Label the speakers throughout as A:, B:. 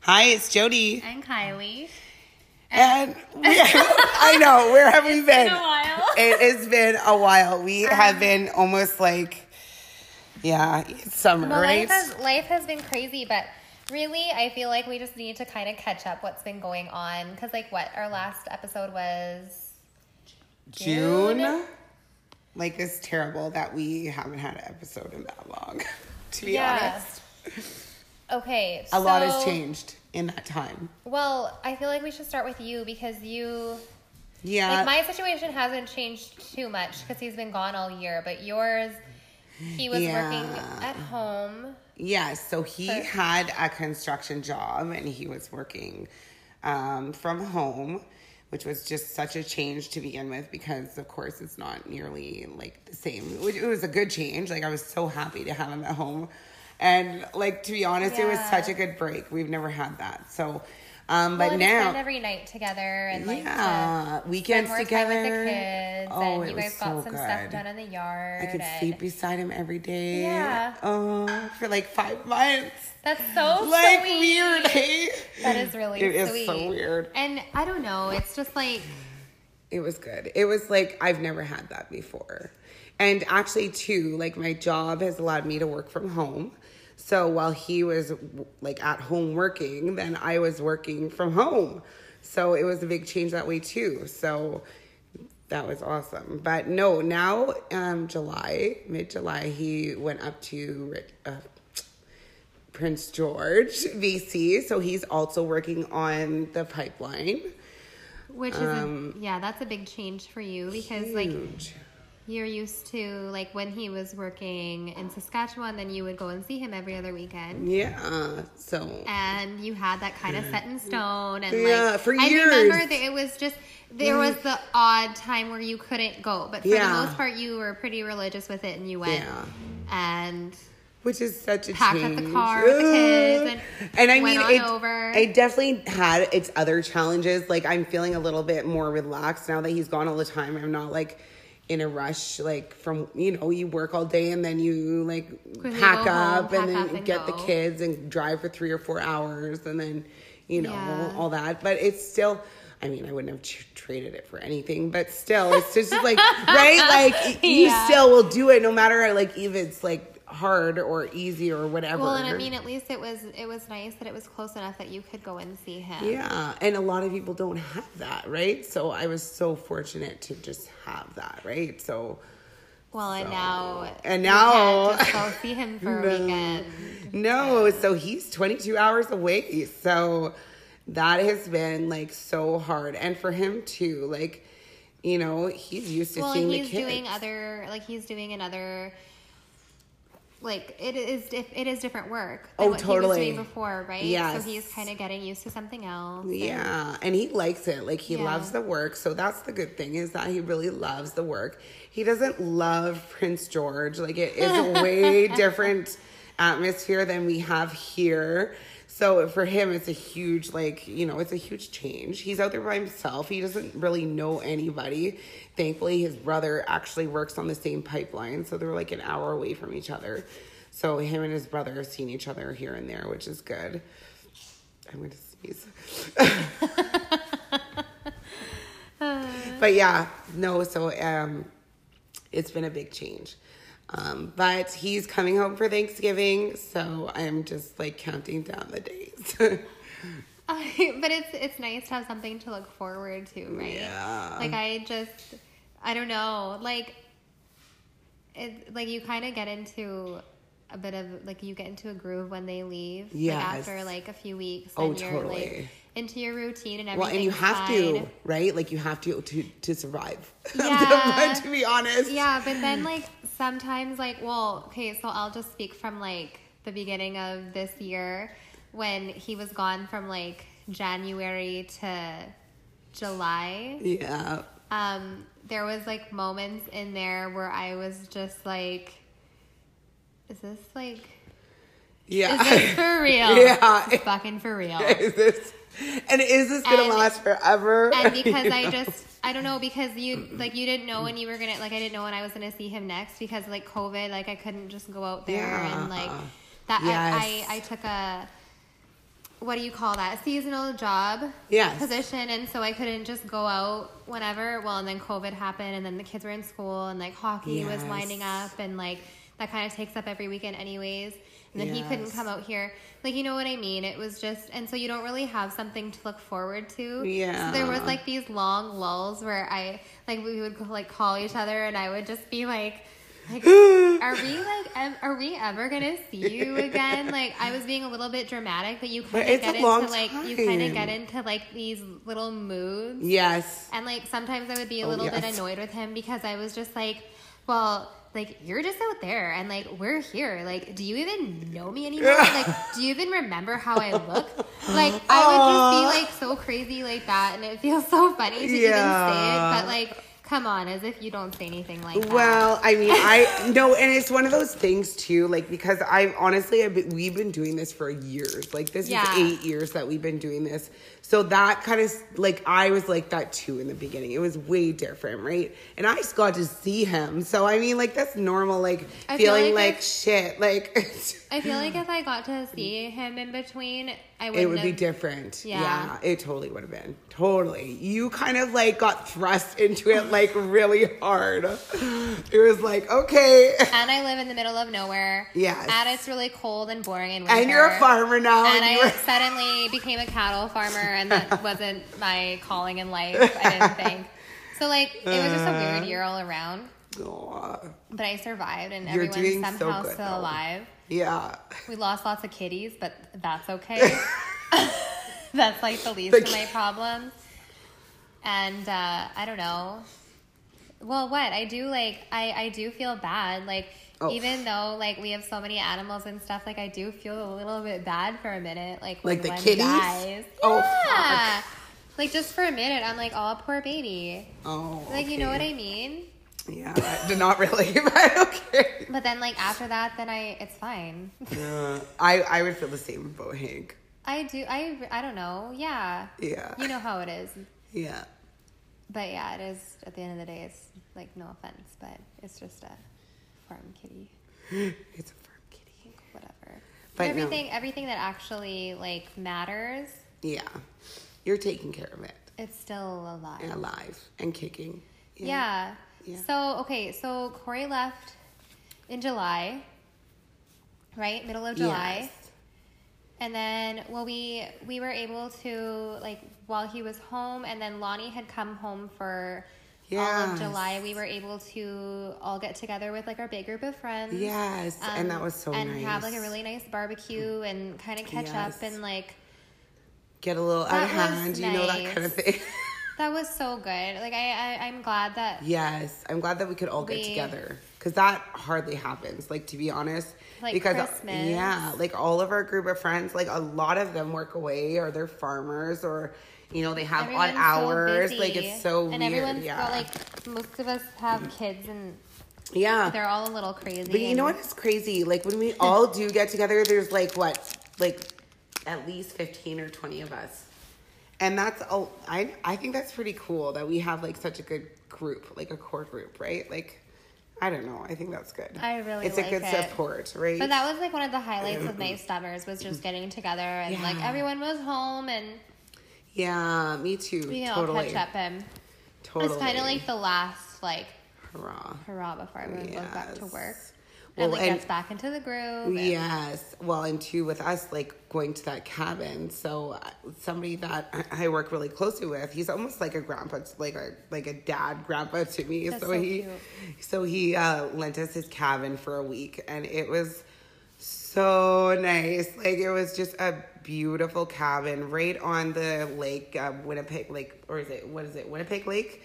A: Hi, it's Jody.
B: And Kylie.
A: And we- I know, where have we been?
B: been a while.
A: It has been a while. We have been almost like, yeah, it's summer,
B: Well,
A: right?
B: life has life has been crazy, but really, I feel like we just need to kind of catch up what's been going on because, like, what our last episode was.
A: June.
B: June.
A: Like, it's terrible that we haven't had an episode in that long, to be honest.
B: Okay.
A: A lot has
B: so-
A: changed in that time.
B: Well, I feel like we should start with you because you.
A: Yeah.
B: Like my situation hasn't changed too much because he's been gone all year, but yours, he was
A: Yeah.
B: working at home.
A: Yeah, so he had a construction job and he was working um, from home, which was just such a change to begin with because, of course, it's not nearly like the same. Which it was a good change. Like, I was so happy to have him at home. And, like, to be honest, it was
B: Yeah.
A: such a good break. We've never had that. So, um,
B: Well,
A: but
B: and we
A: now.
B: spend every night together and like to
A: yeah, weekends
B: spend more
A: together.
B: time with the kids,
A: oh,
B: and
A: it
B: you
A: was
B: guys got
A: so
B: some
A: good.
B: stuff done in the yard.
A: I could
B: and-
A: sleep beside him every day.
B: Yeah.
A: Oh, for like five months.
B: That's so
A: like
B: sweet.
A: weird, hey?
B: That is really
A: It is
B: sweet.
A: so weird.
B: And I don't know. It's just like
A: It was good. It was like I've never had that before. And actually too, like my job has allowed me to work from home. So while he was like at home working, then I was working from home. So it was a big change that way too. So that was awesome. But no, now um July, mid July, he went up to Ri- uh, Prince George, VC. So he's also working on the pipeline.
B: which
A: Um,
B: is a, yeah, that's a big change for you because like
A: Huge.
B: you're used to like when he was working in Saskatchewan, then you would go and see him every other weekend.
A: Yeah. So
B: And you had that kind of set in stone, and
A: Yeah,
B: like
A: for
B: I remember
A: years. Mm.
B: that it was just there was the odd time where you couldn't go, but for
A: Yeah.
B: the most part, you were pretty religious with it, and you went.
A: Yeah.
B: And
A: which is such a
B: Packed up
A: change.
B: the car with the kids
A: Ugh.
B: and
A: I mean,
B: went on
A: it,
B: over.
A: it definitely had its other challenges. Like I'm feeling a little bit more relaxed now that he's gone all the time. I'm not like in a rush. Like from you know, you work all day and then you like
B: Quickly
A: pack
B: go home,
A: up and
B: pack
A: then
B: up and
A: get the
B: go.
A: kids and drive for three or four hours and then you know
B: Yeah.
A: all that. But it's still. I mean, I wouldn't have tr- traded it for anything, but still, it's just like, right? Like, y- you
B: Yeah.
A: still will do it no matter, like, if it's like hard or easy or whatever.
B: Well, and I mean, at least it was it was nice that it was close enough that you could go and see him.
A: yeah, and a lot of people don't have that, right? So I was so fortunate to just have that, right? So
B: Well, and now
A: And
B: you
A: now-
B: can't just go see him for
A: No.
B: a weekend.
A: no, so he's 22 hours away. So that has been like so hard, and for him too, like you know, he's used to
B: Well,
A: seeing
B: and
A: the
B: he's
A: kids.
B: doing other like he's doing another like it is dif- it is different work than
A: Oh,
B: what
A: totally.
B: he was doing before, right?
A: Yes.
B: So he's kind of getting used to something else.
A: Yeah, and he likes it. Like he
B: Yeah.
A: loves the work. So that's the good thing is that he really loves the work. He doesn't love Prince George. Like it is a way different atmosphere than we have here. So for him it's a huge like, you know, it's a huge change. He's out there by himself. He doesn't really know anybody. Thankfully his brother actually works on the same pipeline, so they're like an hour away from each other. So him and his brother have seen each other here and there, which is good. I'm going to sneeze. but yeah, no, so um, it's been a big change. Um, but he's coming home for Thanksgiving, so I'm just like counting down the days.
B: but it's it's nice to have something to look forward to, right?
A: Yeah.
B: Like I just I don't know. Like it like you kind of get into a bit of like you get into a groove when they leave.
A: Yes.
B: Like after like a few weeks
A: Oh,
B: and you're
A: totally.
B: like into your routine and everything.
A: well, and you have to,
B: fine.
A: right? Like you have to to, to survive.
B: Yeah.
A: to be honest.
B: Yeah, but then like sometimes like well, okay, so I'll just speak from like the beginning of this year when he was gone from like January to July.
A: Yeah.
B: Um there was like moments in there where I was just like is this like
A: Yeah.
B: is this for real?
A: Yeah.
B: This is fucking for real.
A: Is this and is this gonna
B: And-
A: last forever?
B: and because I
A: You know?
B: just I don't know because you like you didn't know when you were gonna like I didn't know when I was gonna see him next because like COVID like I couldn't just go out there and like
A: Yeah.
B: that I,
A: Yes.
B: I I took a what do you call that seasonal job
A: Yes.
B: position and so i couldn't just go out whenever well and then covid happened and then the kids were in school and like hockey was
A: Yes.
B: lining up and like that kind of takes up every weekend anyways and then he couldn't
A: Yes.
B: come out here like you know what i mean it was just and so you don't really have something to look forward to
A: Yeah.
B: so there was like these long lulls where i like we would like call each other and i would just be like like are we like ev- are we ever gonna see you again like i was being a little bit dramatic but you
A: But
B: kind of
A: it's
B: get
A: a
B: into
A: long
B: like you kind of
A: time.
B: get into like these little moods
A: Yes.
B: and like sometimes i would be a
A: Oh,
B: little bit
A: yes.
B: annoyed with him because i was just like well like you're just out there and like we're here like do you even know me anymore like do you even remember how i look like i would just be like so crazy like that and it feels so funny to
A: Yeah.
B: even say it but like come on as if you don't say anything like that
A: Well, I mean, I no, and it's one of those things too, like because I've honestly, I've been, we've been doing this for years. Like this
B: Yeah.
A: is eight years that we've been doing this. So that kind of like I was like that too in the beginning. It was way different, right? And I just got to see him. So I mean, like that's normal. Like
B: I feel
A: feeling
B: like
A: like,
B: if-
A: shit. Like
B: I feel like if I got to see him in between, I would.
A: it would be different.
B: Yeah.
A: it totally would have been. Totally. You kind of like got thrust into it like really hard. It was like okay.
B: And I live in the middle of nowhere.
A: Yes.
B: And it's really cold and boring in winter.
A: and you're a farmer now.
B: And
A: Oh, And, you
B: I
A: were,
B: suddenly became a cattle farmer, and that wasn't my calling in life. I didn't think. So like it was just a
A: Uh.
B: weird year all around,
A: Aw,
B: but I survived, and
A: You're doing
B: everyone's
A: so
B: somehow
A: good,
B: still
A: though.
B: alive.
A: yeah.
B: We lost lots of kitties, but that's okay. that's like the least
A: The
B: of my
A: ki-
B: problems. And uh, I don't know. Well, what I do like, I I do feel bad. Like
A: Oh.
B: even though like we have so many animals and stuff, like I do feel a little bit bad for a minute. Like when
A: Like the
B: one
A: kitties?
B: dies.
A: Oh,
B: yeah. Like just for a minute, I'm like, oh, poor baby.
A: Oh,
B: Like you know what
A: okay.
B: I mean.
A: Yeah, I did not really, but okay.
B: But then like after that, then I it's fine.
A: Yeah, I I would feel the same about Hank.
B: I do. I I don't know. Yeah.
A: Yeah.
B: You know how it is.
A: Yeah.
B: But yeah, it is. At the end of the day, it's like no offense, but it's just a farm kitty,
A: It's a farm kitty.
B: like, whatever.
A: But no.
B: everything, everything that actually like matters,
A: Yeah, you're taking care of it
B: it's still alive.
A: and alive and kicking.
B: Yeah.
A: Yeah.
B: So okay, so Corey left in July, right? Middle of July.
A: Yes.
B: And then, well, we we were able to like while he was home, and then Lonnie had come home for all of
A: Yes.
B: July. We were able to all get together with like our big group of friends. um,
A: Yes, and that was so
B: and
A: nice.
B: have like a really nice barbecue and kind of catch
A: Yes.
B: up and like
A: Get a little out of
B: That was
A: hand, you know that kind of thing.
B: that was so good. Like I, I I'm glad that
A: yes, I'm glad that we could all get
B: We-
A: together because that hardly happens. Like to be honest,
B: Like
A: because uh,
B: Christmas.
A: yeah, like all of our group of friends, like a lot of them work away or they're farmers or you know they have odd
B: everyone's so
A: hours. like
B: busy.
A: it's so
B: and
A: weird.
B: everyone's
A: yeah,
B: got like most of us have kids and
A: yeah.
B: they're all a little crazy.
A: But you know
B: and-
A: what is crazy? Like when we all do get together, there's like what, like at least fifteen or twenty of us, and that's a, I I think that's pretty cool that we have like such a good group, like a core group, right? Like I don't know, I think that's good.
B: I really
A: it's
B: like
A: a good
B: it.
A: support, right?
B: But that was like one of the highlights of my summers was just getting together and like
A: Yeah.
B: everyone was home and
A: yeah, me too.
B: we can
A: totally,
B: all catch up and
A: totally.
B: it's kind of like the last like
A: hurrah.
B: hurrah before everyone goes back to
A: Yes.
B: work
A: Well,
B: and like
A: and-
B: gets back into the groove. and-
A: Yes. Well, and two, with us, like going to that cabin. So uh, somebody that I- I work really closely with, he's almost like a grandpa, like a like a dad grandpa to me.
B: That's
A: so,
B: so
A: he,
B: cute.
A: so he uh, lent us his cabin for a week, and it was so nice. Like it was just a beautiful cabin right on the lake, uh, Winnipeg Lake, or is it what is it, Winnipeg Lake?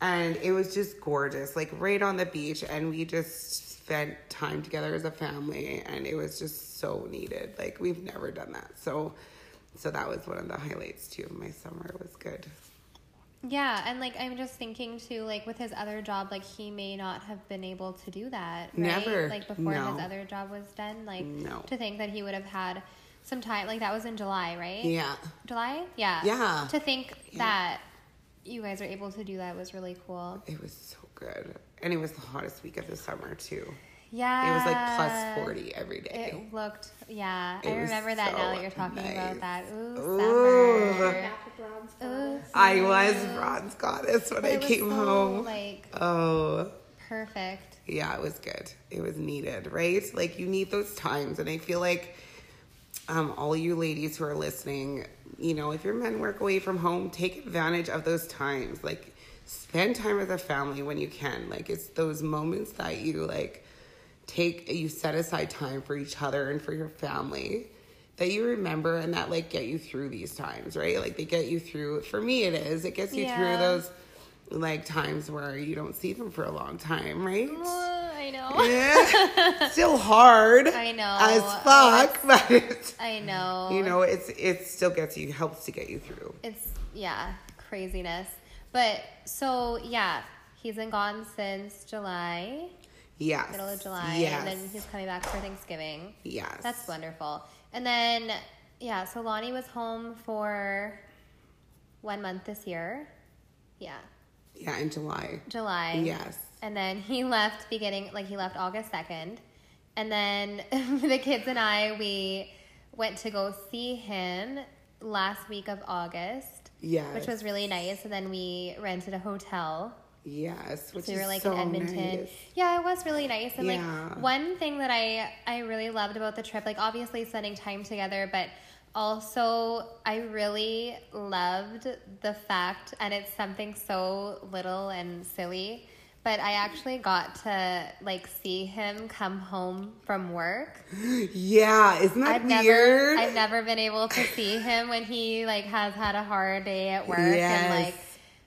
A: And it was just gorgeous, like right on the beach, and we just spent time together as a family, and it was just so needed. Like we've never done that, so so that was one of the highlights too. My summer was good.
B: Yeah, and like I'm just thinking too, like with his other job, like he may not have been able to do that. Right?
A: Never.
B: Like before
A: No.
B: his other job was done. Like
A: No.
B: to think that he would have had some time like that was in July, right?
A: Yeah,
B: July? Yeah.
A: Yeah.
B: To think that you guys were able to do that was really cool.
A: it was so good, and it was the hottest week of the summer too.
B: Yeah.
A: It was like plus 40 every day.
B: It looked, yeah.
A: It
B: I
A: was
B: remember that now
A: so
B: that you're talking
A: nice.
B: about that. Ooh,
A: Ooh.
B: summer.
C: Back to bronze.
B: Ooh,
A: I
B: summer.
A: was bronze goddess when
B: But
A: I
B: it was
A: came
B: so,
A: home.
B: Like
A: oh,
B: perfect.
A: yeah, it was good. It was needed, right? Like you need those times, and I feel like um, all you ladies who are listening, you know, if your men work away from home, take advantage of those times. Like spend time as a family when you can. Like it's those moments that you like take you set aside time for each other and for your family that you remember and that like get you through these times, right? Like they get you through for me it is. It gets you through
B: Yeah.
A: those like times where you don't see them for a long time, right?
B: Ooh, I know.
A: Yeah. Still hard.
B: I know. Oh,
A: As fuck, but it's
B: I know.
A: you know it's it still gets you helps to get you through
B: It's yeah, craziness. But so yeah, he's been gone since July,
A: yes
B: middle of July,
A: yes
B: and then he's coming back for Thanksgiving.
A: yes
B: That's wonderful. And then yeah, so Lonnie was home for one month this year. Yeah,
A: yeah in july
B: July.
A: Yes.
B: And then he left beginning like he left August 2nd. And then the kids and I we went to go see him last week of August.
A: yes
B: Which was really nice. And then we rented a hotel.
A: yes which
B: So we were
A: is
B: like
A: so
B: in Edmonton.
A: nice.
B: Yeah, it was really nice. And
A: Yeah.
B: like one thing that I I really loved about the trip, like obviously spending time together, but also I really loved the fact and it's something so little and silly, but I actually got to like see him come home from work.
A: yeah isn't that
B: I've
A: weird
B: never I've never been able to see him when he like has had a hard day at work
A: Yes.
B: and like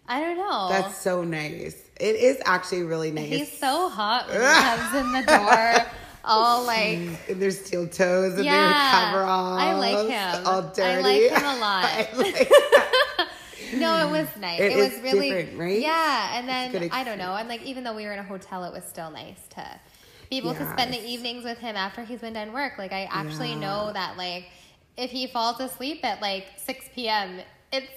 B: I don't know.
A: that's so nice it is actually really nice
B: He's so hot when he comes in the door, all like,
A: and their steel toes and
B: Yeah,
A: their coveralls
B: I like him.
A: all
B: I
A: dirty
B: like him a lot.
A: I like-
B: no, it was nice.
A: It
B: It,
A: is
B: was really,
A: different, right?
B: yeah. And
A: It's a
B: then
A: good
B: I don't know, and like even though we were in a hotel, it was still nice to be able to spend the evenings with him after he's been done work. Like I actually know that like if he falls asleep at like six p.m., it's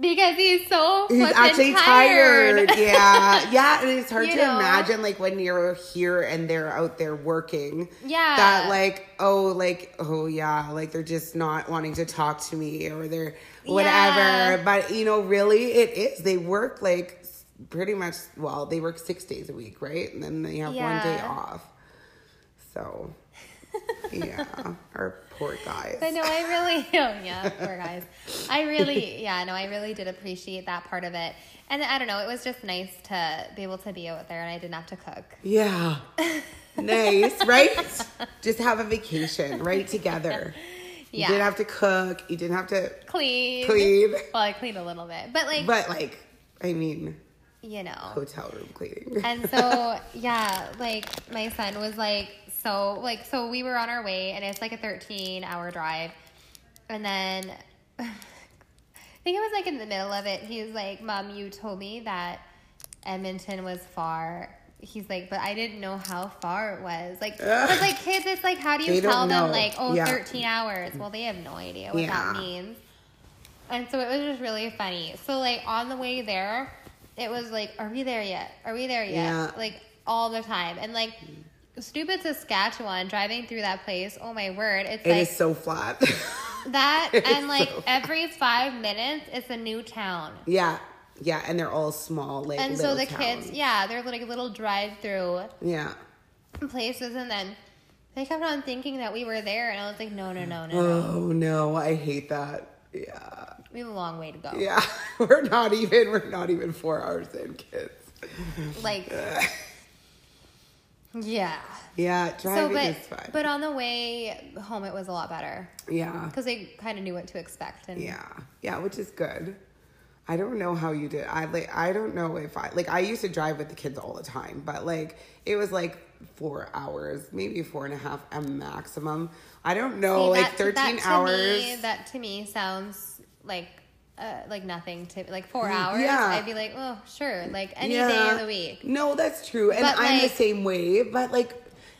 B: because he's so
A: He's
B: flippin'
A: actually tired. Yeah. Yeah. And it's hard to
B: You know?
A: imagine, like, when you're here and they're out there working.
B: Yeah.
A: That, like, oh, like, oh, yeah, like they're just not wanting to talk to me or they're whatever.
B: Yeah.
A: But, you know, really, it is. They work, like, s- pretty much, well, they work six days a week, right? And then they have one day
B: Yeah.
A: off. So, yeah. Our poor guys.
B: But no, I really, oh, yeah, poor guys. I really, yeah, no, I really did appreciate that part of it. And I don't know, it was just nice to be able to be out there and I didn't have to cook.
A: Yeah. nice, right? Just have a vacation, right? Together.
B: Yeah.
A: You didn't have to cook. You didn't have to
B: Clean.
A: clean.
B: Well, I cleaned a little bit, but like,
A: But like, I mean,
B: you know.
A: hotel room cleaning.
B: And so, yeah, like my son was like, so, like, so we were on our way and it's like a 13 hour drive. And then I think it was like in the middle of it, he was like, Mom, you told me that Edmonton was far. He's like, but I didn't know how far it was. Like, because like kids, it's like, how do you
A: They don't
B: tell them
A: know.
B: like, oh,
A: Yeah.
B: 13 hours? Well, they have no idea what that
A: Yeah.
B: means. And so it was just really funny. So like on the way there, it was like, are we there yet? Are we there yet?
A: Yeah.
B: Like all the time. And like stupid Saskatchewan, driving through that place. Oh my word! It's
A: It
B: like
A: is so flat.
B: that,
A: It is
B: and like
A: so-
B: every five minutes, it's a new town.
A: yeah. Yeah. And they're all small, like,
B: And so
A: little
B: the
A: towns.
B: kids, yeah, they're like little drive-through
A: Yeah.
B: places, and then they kept on thinking that we were there, and I was like, no, no, no, no, no.
A: Oh, no. I hate that. Yeah.
B: We have a long way to go.
A: Yeah. We're not even, we're not even four hours in, kids.
B: Like, yeah.
A: Yeah.
B: So,
A: Driving
B: but
A: is fun.
B: but on the way home, it was a lot better
A: yeah.
B: because they kind of knew what to expect. And
A: Yeah. Yeah, which is good. I don't know how you did. I like I don't know if I like I used to drive with the kids all the time, but like it was like four hours, maybe four and a half a maximum. I don't know,
B: See,
A: Oh, like
B: that-
A: thirteen
B: that to
A: hours.
B: Me, that to me sounds like uh, like nothing to like four hours.
A: Mm, yeah.
B: I'd be like, oh sure, like any day
A: Yeah.
B: of the week.
A: No, that's true. And
B: But,
A: I'm the
B: like-
A: same way, but like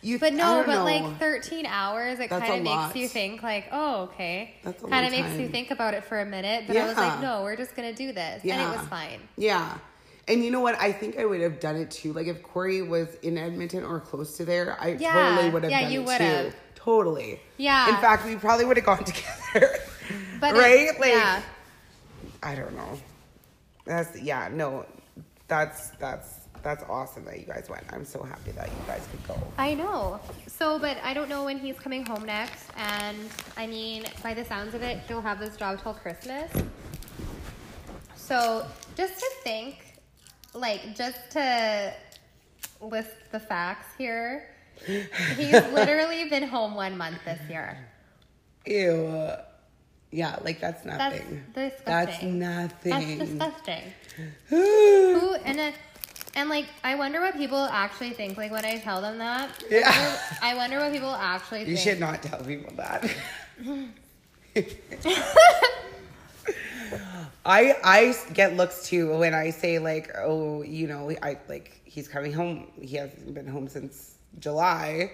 A: you
B: But
A: I
B: no,
A: don't
B: but
A: know.
B: like thirteen hours, it
A: That's
B: kind of
A: a
B: makes
A: lot.
B: you think like, oh okay,
A: That's a long
B: kind of makes
A: time.
B: you think about it for a minute. But I was
A: Yeah.
B: like, no, we're just gonna do this, and
A: Yeah.
B: it was fine.
A: Yeah. And you know what? I think I would have done it too. Like if Corey was in Edmonton or close to there, I
B: Yeah.
A: totally would have
B: Yeah,
A: done
B: you
A: it
B: would've.
A: too. Totally.
B: Yeah.
A: In fact, we probably would have gone together.
B: But it-
A: right? like
B: yeah.
A: I don't know. That's yeah, no. That's that's that's awesome that you guys went. I'm so happy that you guys could go.
B: I know. So, but I don't know when he's coming home next. And I mean, by the sounds of it, he'll have this job till Christmas. So, just to think, like, just to list the facts here, he's literally been home one month this year.
A: Ew. Yeah, like that's
B: That's
A: nothing.
B: disgusting.
A: That's
B: That's
A: nothing.
B: disgusting. Who and a, and like I wonder what people actually think. Like when I tell them that,
A: Yeah.
B: I wonder what people actually
A: you
B: think.
A: should not tell people that. I I s- get looks too when I say like, oh, you know, I like he's coming home. He hasn't been home since July.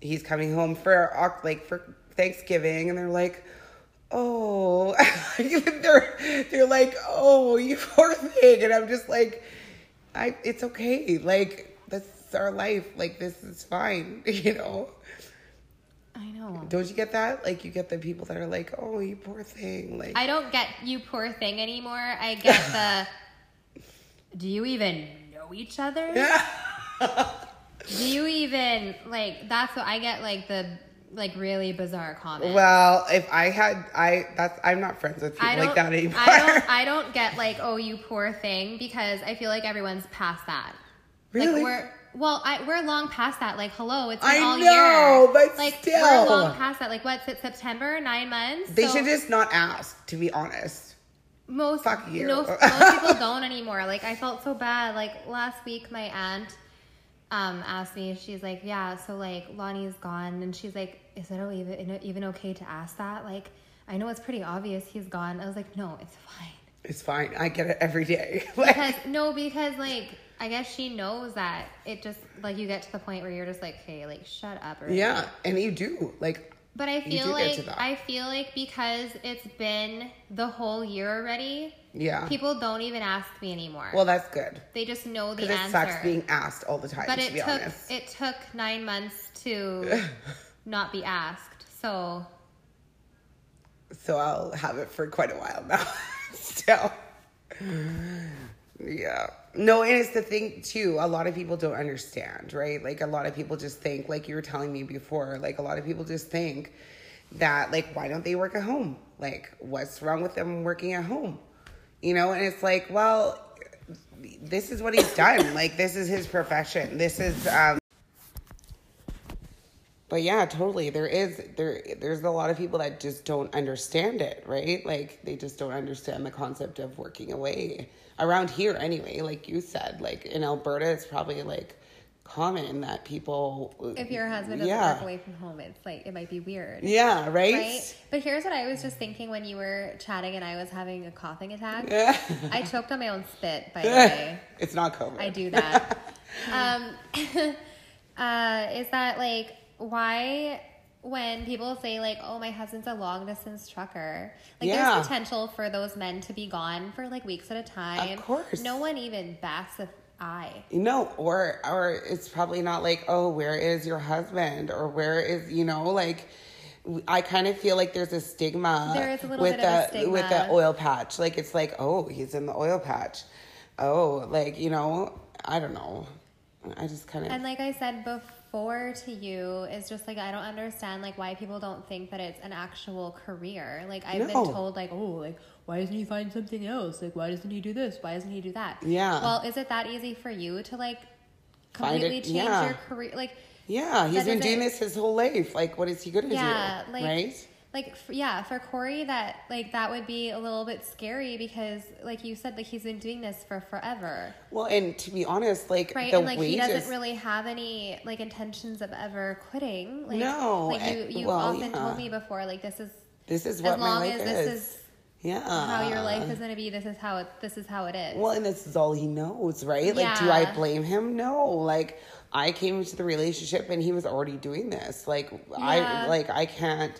A: He's coming home for Oc- like for Thanksgiving, and they're like, oh, they're they're like, oh, you poor thing, and I'm just like, I it's okay, like that's our life, like this is fine, you know.
B: I know.
A: Don't you get that? Like you get the people that are like, oh, you poor thing, like.
B: I don't get you poor thing anymore. I get the. Do you even know each other? Do you even like? That's what I get. Like the like really bizarre comments.
A: Well, if I had, I that's I'm not friends with people
B: I don't.
A: like that anymore.
B: I don't. I don't get like oh you poor thing because I feel like everyone's past that. Like
A: Really?
B: we're well, I, we're long past that. Like hello, it's been
A: I
B: all
A: know,
B: year.
A: but
B: like
A: still.
B: we're long past that. Like what's it September? Nine months.
A: they
B: So
A: should just not ask. To be honest,
B: most
A: fuck you.
B: No, most people don't anymore. Like I felt so bad. Like last week, my aunt um asked me. She's like, yeah, so like Lonnie's gone, and she's like, is it even even okay to ask that? Like I know it's pretty obvious he's gone. I was like, no, it's fine.
A: it's fine. I get it every day. Like,
B: Because no, because like I guess she knows that it just like you get to the point where you're just like, hey, like shut up. Or,
A: yeah, and you do. Like,
B: But I
A: do
B: feel
A: get
B: like
A: to that.
B: I feel like because it's been the whole year already,
A: yeah.
B: people don't even ask me anymore.
A: well, that's good.
B: they just know the
A: It
B: answer.
A: sucks being asked all the time.
B: but
A: to
B: it
A: be
B: took
A: honest,
B: it took nine months to not be asked. So
A: so I'll have it for quite a while now. Still. Yeah. No, and it's the thing too. A lot of people don't understand, right? Like a lot of people just think, like you were telling me before, like a lot of people just think that, like, why don't they work at home? Like, what's wrong with them working at home? You know, and it's like, well, this is what he's done. Like, this is his profession. This is, um, but yeah, totally. There is there there's a lot of people that just don't understand it, right? Like they just don't understand the concept of working away around here anyway, like you said. Like in Alberta it's probably like common that people
B: if your husband doesn't
A: yeah.
B: work away from home, it's like it might be weird.
A: Yeah, right?
B: Right? But here's what I was just thinking when you were chatting and I was having a coughing attack.
A: Yeah.
B: I choked on my own spit, by the way.
A: it's not COVID.
B: I do that. um, uh, is that like why when people say like, "Oh, my husband's a long distance trucker," like
A: Yeah.
B: there's potential for those men to be gone for like weeks at a time.
A: course.
B: no one even bats an eye.
A: You know, or or it's probably not like, oh, where is your husband, or where is you know, like, w- I kind of feel like there's a stigma
B: There is a little
A: with
B: bit of a
A: the with the
B: stigma.
A: oil patch. Like it's like, oh, he's in the oil patch. Oh, like you know, I don't know. I just kind of
B: And like I said before to you, it's just like I don't understand like why people don't think that it's an actual career. Like I've
A: No.
B: been told like, oh, like why doesn't he find something else? Like why doesn't he do this? Why doesn't he do that?
A: Yeah.
B: Well, is it that easy for you to like
A: Find it-
B: completely change
A: yeah.
B: your career? Like
A: yeah, he's
B: That
A: been
B: is
A: doing
B: it.
A: this his whole life. Like, what is he gonna
B: yeah,
A: do?
B: like
A: right?
B: like f- yeah, for Corey that like that would be a little bit scary because like you said, like he's been doing this for forever.
A: Well, and to be honest, like
B: right
A: the
B: and like he
A: wages.
B: doesn't really have any like intentions of ever quitting like,
A: No,
B: like you
A: and-
B: you
A: well,
B: often
A: yeah.
B: told me before like this is
A: this is
B: as
A: what my
B: long
A: life
B: as this
A: is. Uh.
B: is
A: Yeah,
B: how your life is going to be this is how it this is how it is
A: Well, and this is all he knows, right? Like, do I
B: Yeah.
A: blame him? No. Like, I came into the relationship and he was already doing this. Like, I
B: Yeah.
A: like I can't.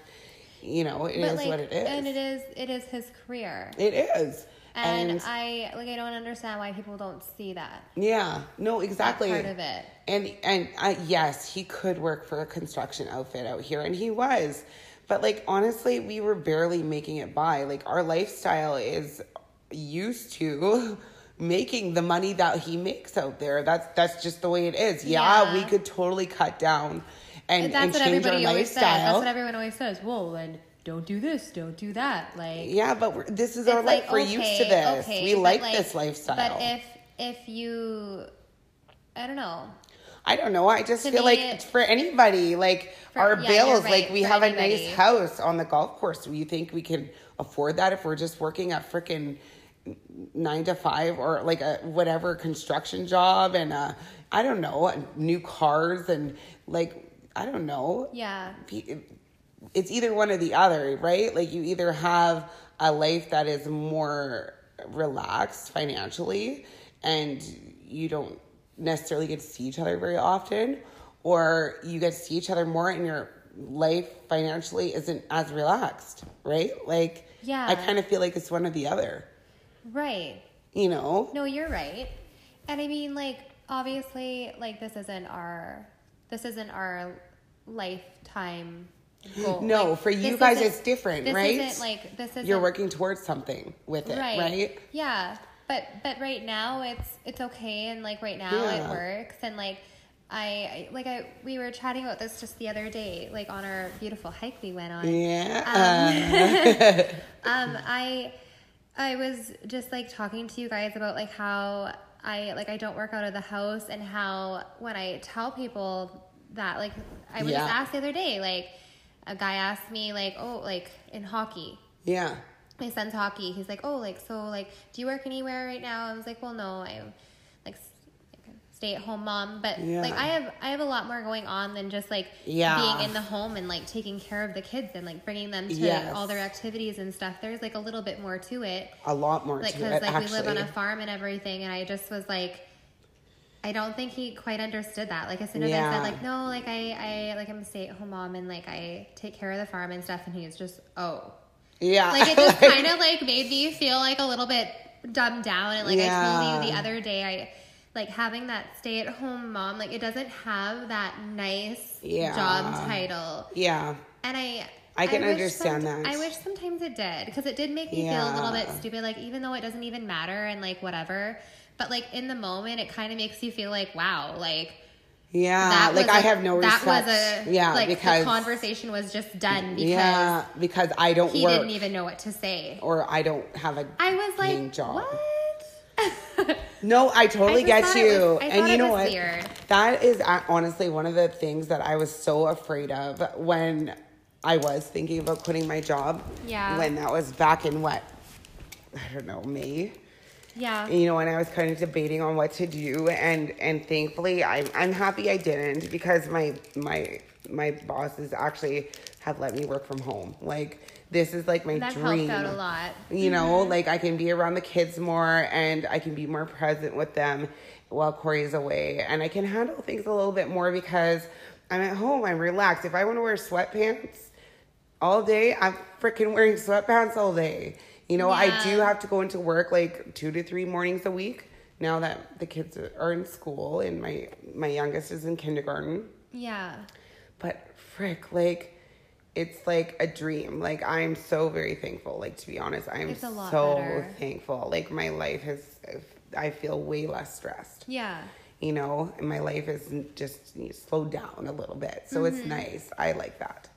A: You know, it is
B: but like
A: what it is.
B: and it is it is his career
A: It is.
B: And,
A: And-
B: I like I don't understand why people don't see that
A: Yeah. No, exactly.
B: part of it.
A: And and uh, yes, he could work for a construction outfit out here, and he was. But like honestly, we were barely making it by. Like our lifestyle is used to making the money that he makes out there. That's that's just the way it is. Yeah,
B: Yeah.
A: we could totally cut down and,
B: But that's
A: and
B: what
A: change our
B: everybody always says. That's
A: lifestyle.
B: what everyone always says. Whoa, and don't do this, don't do that. Like
A: yeah, but we're, this is our
B: It's
A: life. we're used to this.
B: okay,
A: we
B: but,
A: like, this lifestyle.
B: But if if you, I don't know.
A: I don't know. I just
B: To
A: feel
B: me,
A: like
B: it-
A: it's for anybody, like
B: For-
A: our
B: yeah, you're
A: bills,
B: right,
A: like we
B: for
A: have a
B: anybody.
A: nice house on the golf course. Do you think we can afford that if we're just working at freaking nine to five or like a whatever construction job and uh, I don't know, new cars and like I don't know
B: Yeah.
A: pe- it's either one or the other, right? Like you either have a life that is more relaxed financially and you don't necessarily get to see each other very often or you get to see each other more and your life financially isn't as relaxed, right? Like
B: Yeah.
A: I kind of feel like it's one or the other,
B: Right.
A: you know?
B: No, you're right. And I mean, like, obviously, like this isn't our this isn't our lifetime goal.
A: No,
B: Like,
A: for you
B: this
A: guys
B: isn't-
A: it's different,
B: this
A: right?
B: Isn't, like this isn't
A: You're working towards something with it, right?
B: Yeah, but but right now it's it's okay, and like right now
A: Yeah.
B: it works, and like I I- like I we were chatting about this just the other day, like on our beautiful hike we went on.
A: Yeah.
B: Um, I I was just like talking to you guys about like how I like I don't work out of the house and how when I tell people that like I was
A: Yeah.
B: just asked the other day like a guy asked me like oh like in hockey
A: yeah.
B: my son's hockey. He's like, oh, like so, like, do you work anywhere right now? I was like, well, no, I'm like, s- like a stay-at-home mom, but
A: Yeah.
B: like, I have I have a lot more going on than just like
A: Yeah.
B: being in the home and like taking care of the kids and like bringing them to
A: Yes.
B: all their activities and stuff. There's like a little bit more to it,
A: A lot more
B: like
A: to
B: because
A: it,
B: like
A: actually.
B: we live on a farm and everything, and I just was like. I don't think he quite understood that. Like as soon as I
A: Yeah.
B: said, like, no, like I, I like I'm a stay at home mom and like I take care of the farm and stuff and he was just, oh.
A: Yeah.
B: Like it just kind of like made me feel like a little bit dumbed down. And like I told you the
A: Yeah.
B: other day, I like having that stay at home mom, like it doesn't have that nice
A: Yeah.
B: job title.
A: Yeah.
B: And I,
A: I can
B: wish
A: understand
B: somet-
A: that.
B: I wish sometimes it did because it did make me feel a little
A: Yeah.
B: bit stupid, like even though it doesn't even matter and like whatever. But like in the moment, it kind of makes you feel like, wow, like
A: Yeah.
B: that
A: like
B: was
A: I
B: a-
A: have no
B: that
A: respect.
B: was a
A: yeah,
B: like
A: because
B: the conversation was just done because
A: yeah, because I don't
B: he
A: work
B: didn't even know what to say.
A: or I don't have a
B: I was like,
A: paying job.
B: what?
A: No, I totally
B: I just
A: get
B: thought
A: you.
B: it was- I
A: and
B: thought
A: you
B: it
A: know
B: was
A: what?
B: weird.
A: That is uh, honestly one of the things that I was so afraid of when I was thinking about quitting my job.
B: Yeah.
A: When that was back in what? I don't know, May.
B: yeah.
A: you know, and I was kind of debating on what to do, and and thankfully, I'm I'm happy I didn't because my my my bosses actually have let me work from home. Like this is like my
B: That
A: dream.
B: helped out a lot.
A: You know, like I can be around the kids more, and I can be more present with them while Corey's away, and I can handle things a little bit more because I'm at home. I'm relaxed. If I want to wear sweatpants all day, I'm freaking wearing sweatpants all day. You know, I do
B: Yeah.
A: have to go into work like two to three mornings a week now that the kids are in school and my my youngest is in kindergarten
B: Yeah.
A: but frick like it's like a dream like i'm so very thankful like to be honest i'm
B: It's a lot
A: so
B: better.
A: thankful like my life has i feel way less stressed
B: Yeah.
A: you know and my life is just slowed down a little bit so it's
B: Mm-hmm.
A: nice i like that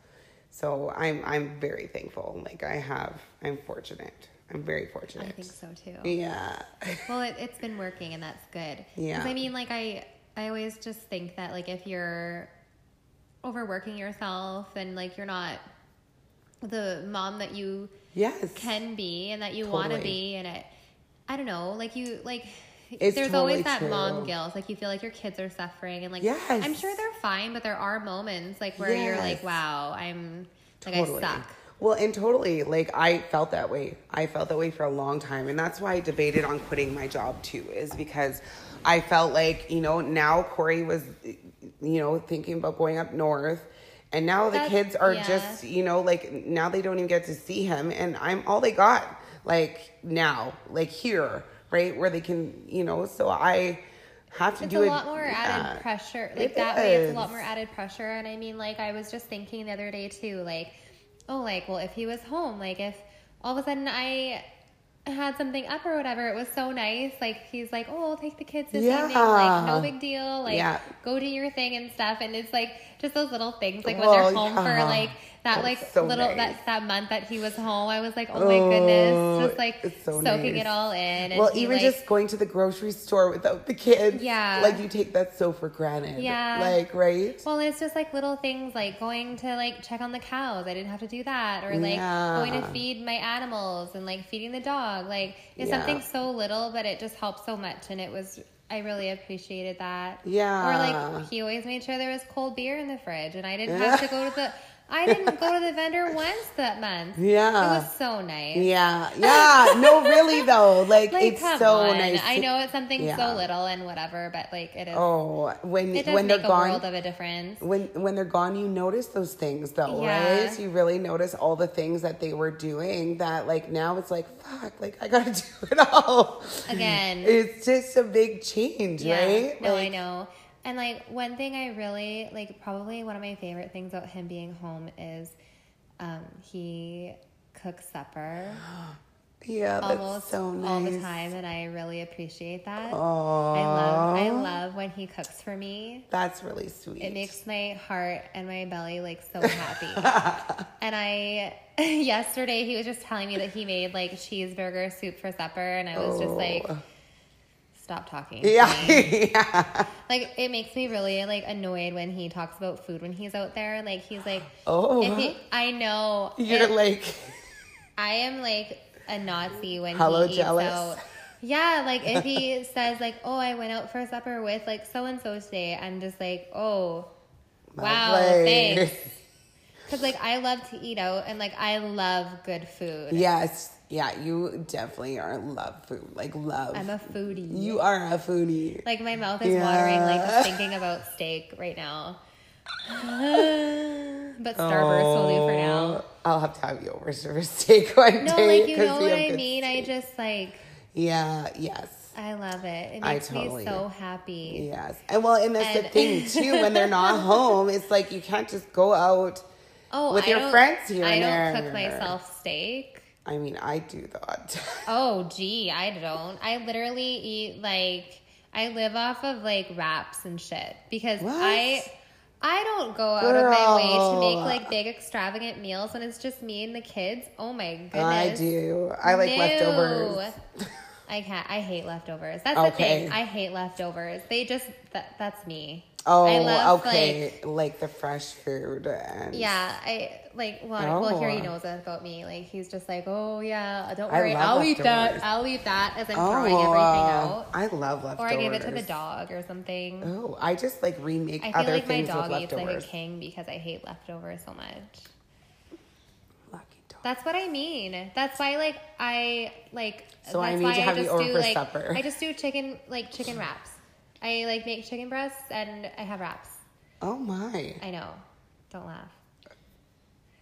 A: so i'm i'm very thankful like i have i'm fortunate i'm very fortunate
B: I think so too.
A: yeah
B: Well, it, it's been working and that's good. 'Cause
A: Yeah.
B: I mean, like, I, I always just think that, like, if you're overworking yourself and, like, you're not the mom that you
A: yes
B: can be and that you want to
A: Totally.
B: be and it i don't know like you like
A: It's
B: there's
A: totally
B: always that mom
A: true.
B: guilt like you feel like your kids are suffering and like
A: Yes.
B: i'm sure they're fine but there are moments like where you're like
A: Yes.
B: wow i'm like i suck
A: Well, and totally, like I felt that way. I felt that way for a long time, and that's why I debated on quitting my job too. Is because I felt like you know now Corey was, you know, thinking about going up north, and now the
B: That's-
A: kids are
B: yeah.
A: just you know like now they don't even get to see him, and I'm all they got. like now, like here, right? Where they can, you know, so I have to
B: It's
A: do
B: a
A: it-
B: lot more added
A: yeah.
B: pressure.
A: It
B: Like that way, it's a lot
A: is.
B: more added pressure. And I mean, like I was just thinking the other day too, like, oh, like well, if he was home, like if all of a sudden I had something up or whatever, it was so nice. Like he's like, oh, I'll take the kids this evening, like no
A: Yeah.
B: big deal, like
A: Yeah.
B: go do your thing and stuff. And it's like just those little things, like when
A: Well,
B: they're home
A: yeah.
B: for like that,
A: That's
B: like
A: so
B: little
A: nice.
B: that that month that he was home, I was like, oh my goodness,
A: Oh,
B: just like
A: it's so
B: soaking
A: nice.
B: it all in. And
A: well,
B: he,
A: even
B: like-
A: just going to the grocery store without the kids.
B: Yeah.
A: Like you take that so for granted.
B: Yeah.
A: Like, right?
B: Well, it's just like little things like going to like check on the cows. I didn't have to do that. Or like
A: Yeah.
B: going to feed my animals and like feeding the dog. Like it's
A: Yeah.
B: something so little, but it just helps so much. And it was, I really appreciated that.
A: Yeah.
B: Or like he always made sure there was cold beer in the fridge and I didn't have to go to the, I didn't go to the vendor once that month.
A: Yeah.
B: It was so nice.
A: Yeah. Yeah. no, really though. Like,
B: Like,
A: it's
B: come
A: so
B: on.
A: nice.
B: I
A: to-
B: know it's something
A: Yeah.
B: so little and whatever, but like it is.
A: Oh, when
B: It does
A: when
B: make
A: they're
B: a
A: gone.
B: world of a difference.
A: when when they're gone you notice those things though
B: Yeah.
A: right you really notice all the things that they were doing that like now it's like fuck like i gotta do it all
B: Again.
A: it's just a big change right
B: No, I
A: Like,
B: know. And like one thing I really like, probably one of my favorite things about him being home is um, he cooks supper
A: yeah that's
B: almost
A: so nice
B: all the time, and I really appreciate that. I love I
A: Aww.
B: love when he cooks for me.
A: that's really sweet
B: It makes my heart and my belly like so happy. and I yesterday he was just telling me that he made like cheeseburger soup for supper, and I was just like,
A: Oh.
B: stop talking.
A: yeah yeah
B: Like it makes me really like annoyed when he talks about food when he's out there. Like he's like,
A: Oh.
B: if he- I know.
A: you're
B: It-
A: like
B: I am like a Nazi when
A: Hello,
B: he
A: jealous.
B: eats out. Yeah, like if he says like, "Oh, I went out for supper with like so and so today," I'm just like, "Oh, wow,
A: lovely.
B: thanks." Because like I love to eat out and like I love good food.
A: yes yeah you definitely are love food like love
B: I'm a foodie.
A: you are a foodie
B: Like my mouth is watering, like
A: Yeah.
B: just thinking about steak right now. but Starburst will do for now.
A: Oh, I'll have to have you over for a steak one
B: No,
A: day.
B: like you
A: 'cause
B: know
A: we
B: what
A: have
B: I
A: good
B: mean. I
A: steak.
B: just like
A: yeah, yes,
B: I love it. It
A: I
B: makes
A: totally-
B: me so happy.
A: yes, and well, and that's the
B: And-
A: thing too. When they're not home, it's like you can't just go out.
B: Oh,
A: With
B: I
A: your
B: don't-
A: friends here
B: I
A: and there.
B: don't cook myself steak.
A: I mean, I do that.
B: Oh, gee, I don't. I literally eat like I live off of like wraps and shit because
A: What?
B: I I don't go out of my way to
A: Girl.
B: make like big extravagant meals when it's just me and the kids. Oh my goodness.
A: I do. I like
B: No.
A: leftovers.
B: I can't. I hate leftovers. That's the
A: Okay.
B: thing. I hate leftovers. They just that, that's me.
A: Oh,
B: I love,
A: okay,
B: Like,
A: like, the fresh food and
B: yeah, I like. Well, well, here he
A: Oh.
B: knows that about me. Like he's just like, oh yeah, don't
A: I
B: worry,
A: love
B: I'll eat
A: leftovers.
B: that. I'll eat that as I'm
A: Oh,
B: throwing everything
A: uh,
B: out,
A: I love leftovers.
B: or I give it to the dog or something.
A: Oh, I just like remake
B: I
A: other
B: feel like my
A: things
B: dog
A: with
B: eats like a
A: leftovers.
B: king because I hate leftovers so much.
A: Lucky dog.
B: That's what I mean. That's why, like, I like.
A: So I
B: that's
A: need
B: why
A: to have you
B: just
A: over
B: do,
A: for
B: like,
A: supper.
B: I just do chicken, like chicken wraps. I like make chicken breasts and I have wraps.
A: Oh my.
B: I know. Don't laugh.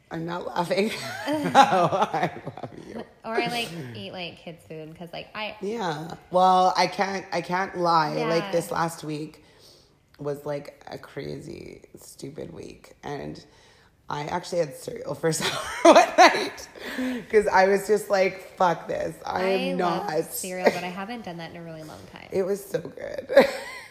A: I'm not laughing. oh, I love you.
B: Or I like eat like kids' food because like I
A: Yeah. Well, I can't. I can't lie. Like
B: Yeah.
A: this last week was like a crazy, stupid week, and I actually had cereal for supper one night because I was just like, "Fuck this! I
B: I
A: am
B: love
A: not."
B: cereal, but I haven't done that in a really long time.
A: It was so good.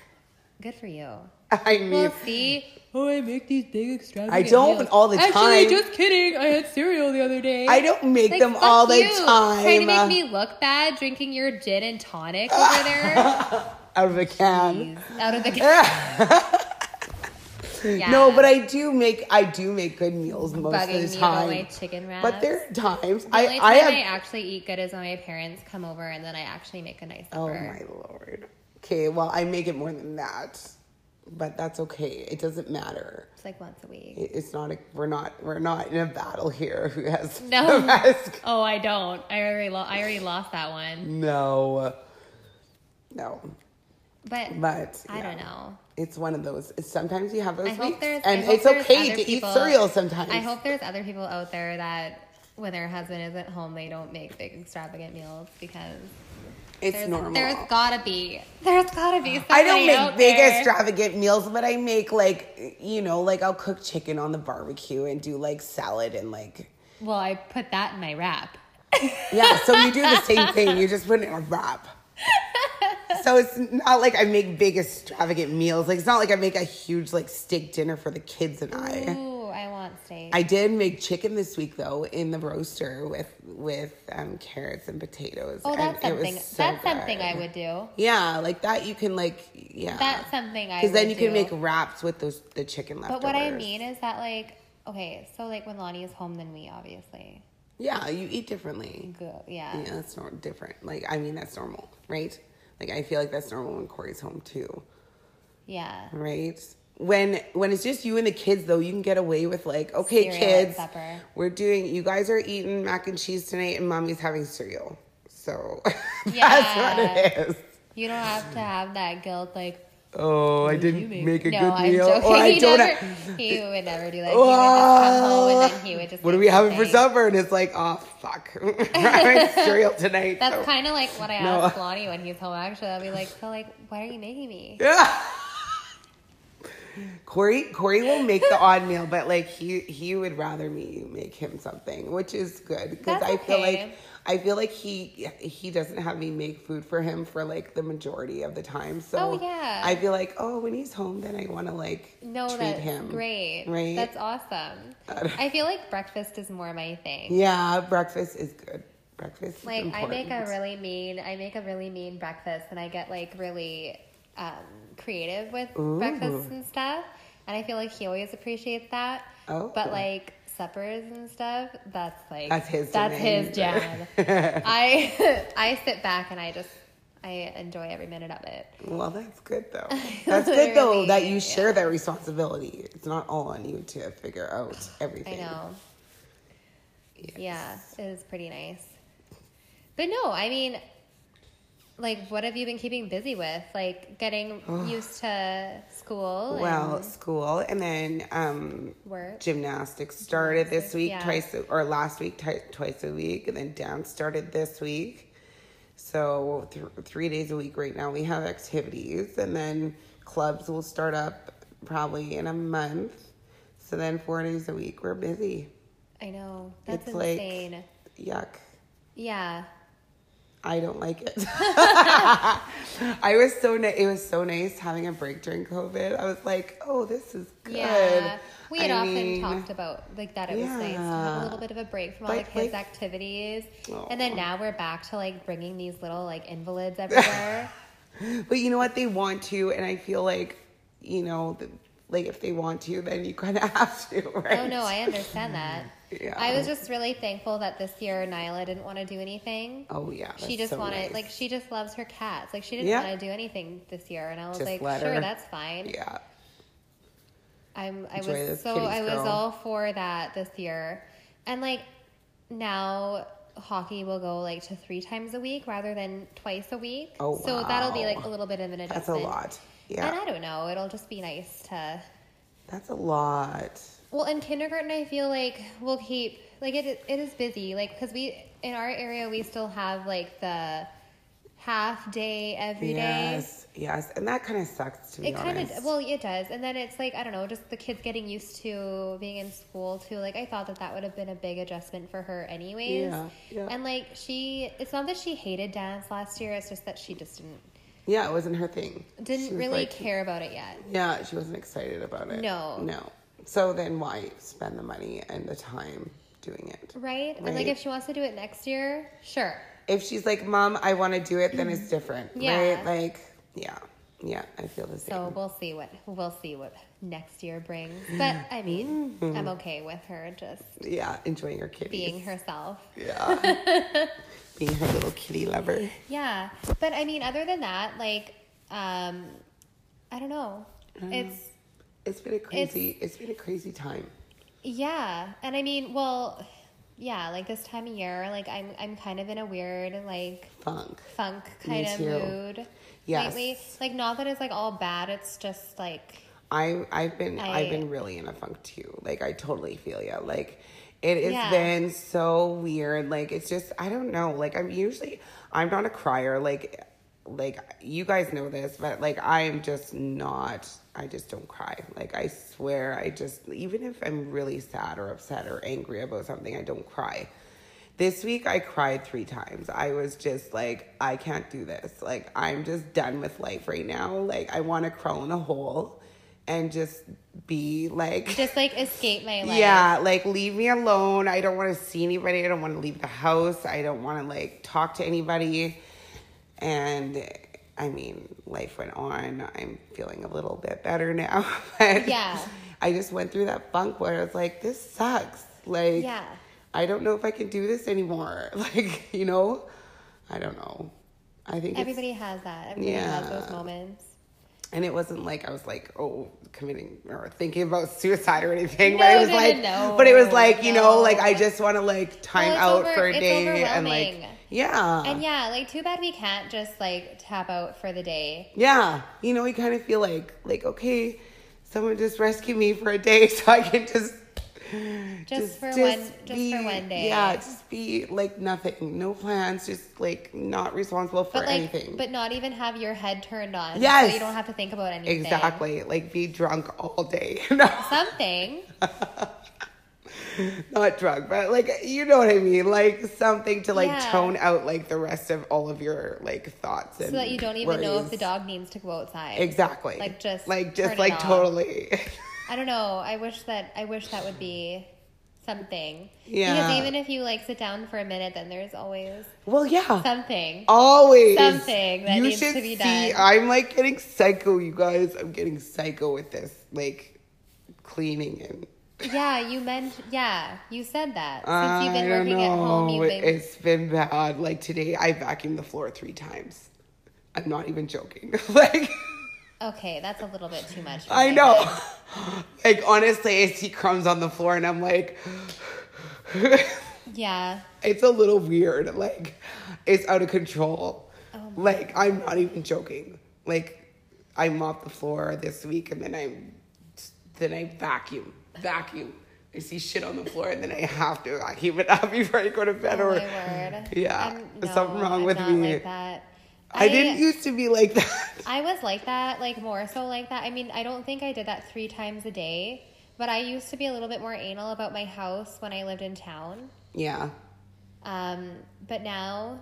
B: Good for you.
A: I mean,
B: Well, see,
C: Oh, I make these big extravagant.
A: I don't
C: meals.
A: all the
C: Actually,
A: time.
C: just kidding. I had cereal the other day.
A: I don't make
B: like,
A: them
B: fuck
A: all the
B: you.
A: time.
B: Trying to make me look bad, drinking your gin and tonic over there
A: out of a can.
B: Jeez. out of the. Yeah.
A: No, but I do make I do make good meals most
B: bugging
A: of
B: me
A: the
B: about
A: time.
B: my chicken wraps.
A: But there are times
B: The
A: I,
B: only
A: I
B: time
A: have.
B: I actually eat good is when my parents come over and then I actually make a nice
A: oh
B: supper.
A: my lord. Okay, well I make it more than that, but that's okay. It doesn't matter.
B: It's like once a week.
A: It- It's not. A, we're not. We're not in a battle here. Who has
B: No.
A: the best?
B: Oh, I don't. I already, lo- I already lost that one.
A: No. No.
B: But,
A: But
B: I don't
A: yeah.
B: know.
A: It's one of those. It's, sometimes you have those
B: I
A: weeks,
B: hope there's I
A: and
B: hope
A: it's
B: there's
A: okay
B: other
A: to
B: people-
A: eat cereal sometimes.
B: I hope there's other people out there that when their husband isn't home, they don't make big extravagant meals because
A: It's
B: there's,
A: normal.
B: there's gotta be there's gotta be.
A: I don't
B: somebody
A: make
B: out
A: big
B: there.
A: extravagant meals, but I make like you know, like I'll cook chicken on the barbecue and do like salad and like
B: Well, I put that in my wrap.
A: yeah. So you do the same thing. You just put it in a wrap. So it's not like I make big extravagant meals. Like it's not like I make a huge like steak dinner for the kids and I.
B: Ooh, I want steak.
A: I did make chicken this week though in the roaster with with um, carrots and potatoes.
B: oh, that's
A: and it was
B: something.
A: so
B: that's something
A: good.
B: I would do.
A: Yeah, like that you can like yeah.
B: That's something I
A: Because then
B: would
A: you can
B: do.
A: make wraps with those the chicken
B: But
A: leftovers.
B: what I mean is that like okay, so like when Lonnie is home, then we obviously
A: yeah, you eat differently.
B: go. Yeah.
A: Yeah, that's not different. Like I mean, that's normal, right? Like I feel like that's normal when Corey's home too,
B: Yeah.
A: right? When when it's just you and the kids though, you can get away with like, okay,
B: Cereal at
A: kids,
B: supper.
A: we're doing. You guys are eating mac and cheese tonight, and mommy's having cereal. So that's what it is.
B: You don't have to have that guilt. Like
A: Oh, I didn't
C: make?
A: make a
B: no,
A: good
B: I'm
A: meal.
B: joking.
A: Or I
B: he,
A: don't.
B: never,
A: ha-
B: he would never do that. He would just come home and then he would just.
A: What are
B: make
A: we having for
B: something.
A: supper? And it's like, oh fuck, we're having cereal tonight.
B: That's
A: so-
B: kind of like what I
A: No.
B: asked Lonnie when he's home. Actually, I'll be like, "So, like, what are you making me?"
A: Yeah. Corey, Corey will make the odd meal, but like he he would rather me make him something, which is good because
B: That's
A: I feel
B: okay.
A: like I feel like he he doesn't have me make food for him for like the majority of the time. So
B: Oh, yeah.
A: I feel like oh when he's home, then I want to like
B: No,
A: treat
B: that's
A: him
B: great.
A: right?
B: That's awesome. I feel like breakfast is more my thing.
A: yeah, breakfast is good. Breakfast is
B: like I make a
A: important.
B: really mean I make a really mean breakfast and I get like really um, creative with breakfasts and stuff and I feel like he always appreciates that
A: Oh.
B: but like suppers and stuff that's like
A: That's his
B: that's
A: domain.
B: his jam I I sit back and I just I enjoy every minute of it
A: Well, that's good though. That's good though that
B: Literally,
A: you share that responsibility. It's not all on you to figure out
B: I
A: everything.
B: know yeah it is pretty nice but no I mean like what have you been keeping busy with like getting used to school
A: Well, school and then um,
B: Work.
A: gymnastics started this week,
B: yeah.
A: twice a, or last week ti twice a week, and then dance started this week. So th- three days a week right now we have activities, and then clubs will start up probably in a month. So then four days a week we're busy.
B: I know. That's
A: it's like
B: insane.
A: yuck.
B: yeah.
A: I don't like it. I was so ni- it was so nice having a break during COVID. I was like, oh, this is good.
B: Yeah. We had
A: I
B: often
A: mean,
B: talked about like that it was nice to have
A: Yeah.
B: a little bit of a break from all
A: Like-
B: the kids'
A: like-
B: activities.
A: Aw.
B: And then now we're back to like bringing these little like invalids everywhere.
A: But you know what? They want to, and I feel like, you know, th- like if they want to, then you kind of have to, right?
B: oh no, I understand that.
A: Yeah.
B: I was just really thankful that this year Nyla didn't want to do anything.
A: Oh yeah.
B: she
A: that's
B: just
A: so
B: wanted
A: nice.
B: like she just loves her cats. Like she didn't
A: Yeah.
B: want to do anything this year and I was
A: Just
B: like,
A: let
B: sure,
A: her.
B: that's fine.
A: yeah.
B: I'm I
A: Enjoy
B: was
A: those
B: so
A: kitties,
B: I was
A: girl.
B: all for that this year. And like now hockey will go like to three times a week rather than twice a week.
A: Oh,
B: So that'll be
A: wow.
B: like a little bit of an adjustment.
A: That's a lot. Yeah.
B: And I don't know, it'll just be nice to
A: That's a lot.
B: well, in kindergarten, I feel like we'll keep like it. It is busy, like because we in our area we still have like the half day every day.
A: Yes. Yes. And that kind of sucks to be
B: It kind
A: honest.
B: of well, it does, and then it's like I don't know, just the kids getting used to being in school too. Like I thought that that would have been a big adjustment for her, anyways.
A: Yeah, yeah.
B: And like she, it's not that she hated dance last year; it's just that she just didn't
A: yeah, it wasn't her thing. She
B: didn't
A: was
B: really
A: like,
B: care about it yet.
A: Yeah, she wasn't excited about it.
B: No.
A: No. So then why spend the money and the time doing it?
B: Right? And like
A: Right.
B: if she wants to do it next year, sure.
A: If she's like, Mom, I want to do it, then it's different.
B: Yeah.
A: Right? Like, yeah. Yeah, I feel the same.
B: So we'll see what we'll see what next year brings. But I mean,
A: Mm-hmm.
B: I'm okay with her just
A: yeah, enjoying your kitty.
B: being herself.
A: Yeah. being her little kitty lover.
B: Yeah, but I mean, other than that, like, um, I don't know.
A: Mm.
B: It's
A: It's been a crazy it's been a crazy time.
B: yeah, and I mean, well, yeah, like this time of year, like I'm I'm kind of in a weird like
A: Funk.
B: funk
A: Me
B: kind of
A: too.
B: mood
A: Yes.
B: lately. Like, not that it's like all bad. It's just like
A: I I've been I,
B: I-
A: have been really in a funk too. Like I totally feel you. Like It has
B: Yeah.
A: been so weird. Like it's just I don't know. Like I'm usually I'm not a crier. Like like you guys know this, but like I'm just not I just don't cry. Like I swear I just even if I'm really sad or upset or angry about something, I don't cry. This week I cried three times. I was just like, I can't do this. Like I'm just done with life right now. Like I want to crawl in a hole and just be like
B: Just like escape my life.
A: yeah, like leave me alone. I don't want to see anybody. I don't want to leave the house. I don't want to like talk to anybody. And I mean, life went on. I'm feeling a little bit better now. But
B: Yeah.
A: I just went through that funk where I was like, this sucks. Like,
B: Yeah.
A: I don't know if I can do this anymore. Like, you know, I don't know. I think it's-
B: Everybody has that. Everybody has
A: Yeah.
B: those moments.
A: and it wasn't like I was like, oh, committing or thinking about suicide or anything.
B: No,
A: but it was
B: no, no,
A: like,
B: no,
A: but it was like, you know,
B: no.
A: like I just want to like time
B: Well, it's
A: out for
B: over-
A: a
B: it's
A: day and like,
B: overwhelming.
A: yeah,
B: And yeah, like too bad we can't just like tap out for the day.
A: yeah, you know, you kind of feel like, like okay, someone just rescued me for a day, so I can just.
B: Just for one- just for one day.
A: Yeah, just be like nothing, no plans, just like not responsible for
B: But like
A: anything.
B: but not even have your head turned on.
A: Yes.
B: So you don't have to think about anything.
A: exactly, like be drunk all day. No.
B: Something.
A: not drunk, but like you know what I mean, like something to like
B: Yeah.
A: tone out like the rest of all of your like thoughts and
B: So that you don't even know if
A: worries.
B: the dog needs to go outside.
A: exactly
B: like, just
A: like
B: turn
A: just
B: it
A: like
B: off.
A: totally
B: I don't know. I wish that I wish that would be something.
A: Yeah.
B: Because even if you like sit down for a minute, then there's always
A: well yeah
B: something.
A: Oh. always
B: Something that
A: you
B: needs
A: should
B: to be
A: see
B: done.
A: I'm like getting psycho you guys I'm getting psycho with this like cleaning and
B: Yeah, you meant. Yeah, you said that since you've
A: I
B: been
A: don't
B: working
A: know
B: at home. You've been.
A: it's been bad like today I vacuumed the floor three times I'm not even joking like.
B: Okay, that's a little bit too much. for
A: I
B: me.
A: know. Like honestly, I see crumbs on the floor and I'm like
B: Yeah.
A: it's a little weird. Like it's out of control.
B: Oh my
A: like I'm not even joking. Like I mop the floor this week and then I then I vacuum. Vacuum. I see shit on the floor and then I have to vacuum it up before I go to bed
B: Oh
A: or
B: my word.
A: Yeah.
B: I'm-
A: there's something
B: no,
A: wrong
B: I'm
A: with
B: not
A: me.
B: Like that.
A: I didn't used to be like that.
B: I was like that, like more so like that. I mean, I don't think I did that three times a day, but I used to be a little bit more anal about my house when I lived in town.
A: Yeah.
B: Um, but now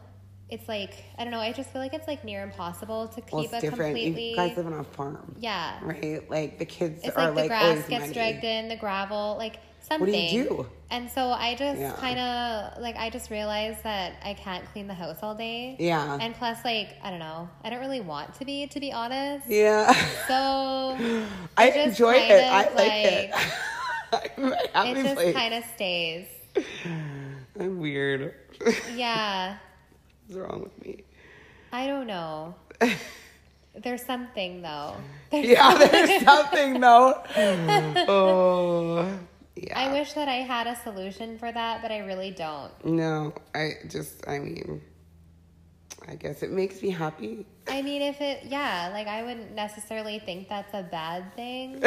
B: it's like I don't know. I just feel like it's like near impossible to keep
A: Well, it's
B: a
A: different.
B: completely
A: You guys live on a farm.
B: yeah.
A: Right? Like the kids
B: It's
A: are
B: like the
A: like,
B: grass
A: always
B: gets
A: muddy.
B: dragged in, the gravel, like
A: do
B: something.
A: you do?
B: And so I just
A: Yeah.
B: kind of like I just realized that I can't clean the house all day.
A: Yeah.
B: And plus, like I don't know, I don't really want to be, to be honest.
A: Yeah.
B: So
A: I
B: just
A: enjoy it.
B: kind of,
A: I like, it. I'm a
B: it
A: happy
B: just
A: place.
B: kind of stays.
A: I'm weird. What's
B: Yeah.
A: wrong with me?
B: I don't know. There's something though. There's
A: Yeah, there's something though. Oh, yeah.
B: I wish that I had a solution for that, but I really don't.
A: no, I just, I mean, I guess it makes me happy.
B: I mean, if it, yeah, like I wouldn't necessarily think that's a bad thing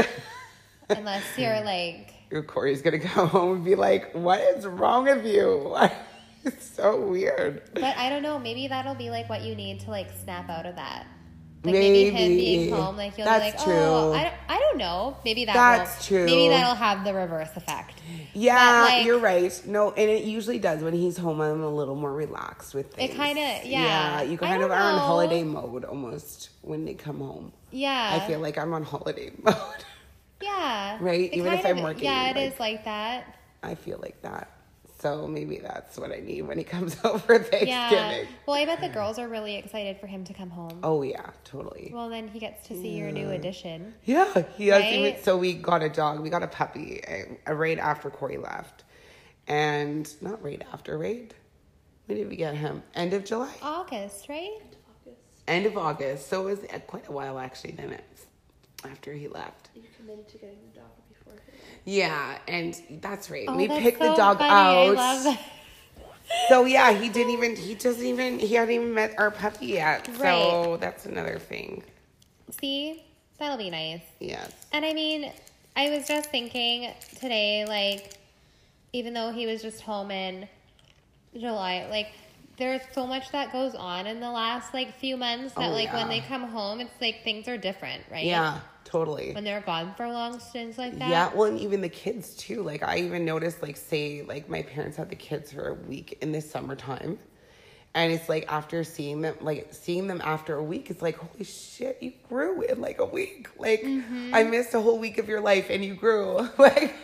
B: unless you're like,
A: Your Corey's gonna go home and be like, "What is wrong with you? it's so weird."
B: but I don't know, maybe that'll be like what you need to like snap out of that. Like maybe, him
A: Maybe.
B: being home, like you'll
A: That's
B: be like,
A: true.
B: oh, I, don't- I don't know. Maybe that
A: That's
B: will, Maybe
A: true.
B: that'll have the reverse effect.
A: Yeah,
B: But, like-
A: you're right. No, and it usually does when he's home. I'm a little more relaxed with things.
B: It kinda-
A: yeah.
B: yeah.
A: You
B: I
A: kind of
B: don't
A: are on
B: know.
A: holiday mode almost when they come home.
B: Yeah.
A: I feel like I'm on holiday mode.
B: Yeah.
A: Right?
B: It
A: Even if
B: kind
A: I'm working,
B: Yeah, it
A: like-
B: is like that.
A: I feel like that. So maybe that's what I need when he comes over Thanksgiving.
B: Yeah. Well, I bet the girls are really excited for him to come home.
A: Oh yeah, totally.
B: Well, then he gets to see your new addition.
A: Yeah, he has
B: Right?
A: even. So we got a dog. We got a puppy uh, right after Corey left, and not right after, right? When did we get him? End of July.
B: August, right?
A: end of August. So it was uh, quite a while actually. Then it's after he left.
D: You committed to getting the dog before.
A: Yeah, and that's right.
B: Oh,
A: we
B: that's
A: picked the
B: so
A: dog
B: funny. I
A: out.
B: love that.
A: So yeah, he didn't even. He doesn't even. He hadn't even met our puppy yet. So
B: Right.
A: that's another thing.
B: See, that'll be nice.
A: Yes.
B: And I mean, I was just thinking today, like, even though he was just home in July, like there's so much that goes on in the last like few months that
A: Oh,
B: like when
A: yeah.
B: they come home, it's like things are different, right?
A: Yeah, totally.
B: When they're gone for long stints like that.
A: Yeah, well, and even the kids too. Like I even noticed, like say, like my parents had the kids for a week in the summertime, and it's like after seeing them, like seeing them after a week, it's like holy shit, you grew in like a week. Like
B: Mm-hmm.
A: I missed a whole week of your life, and you grew. like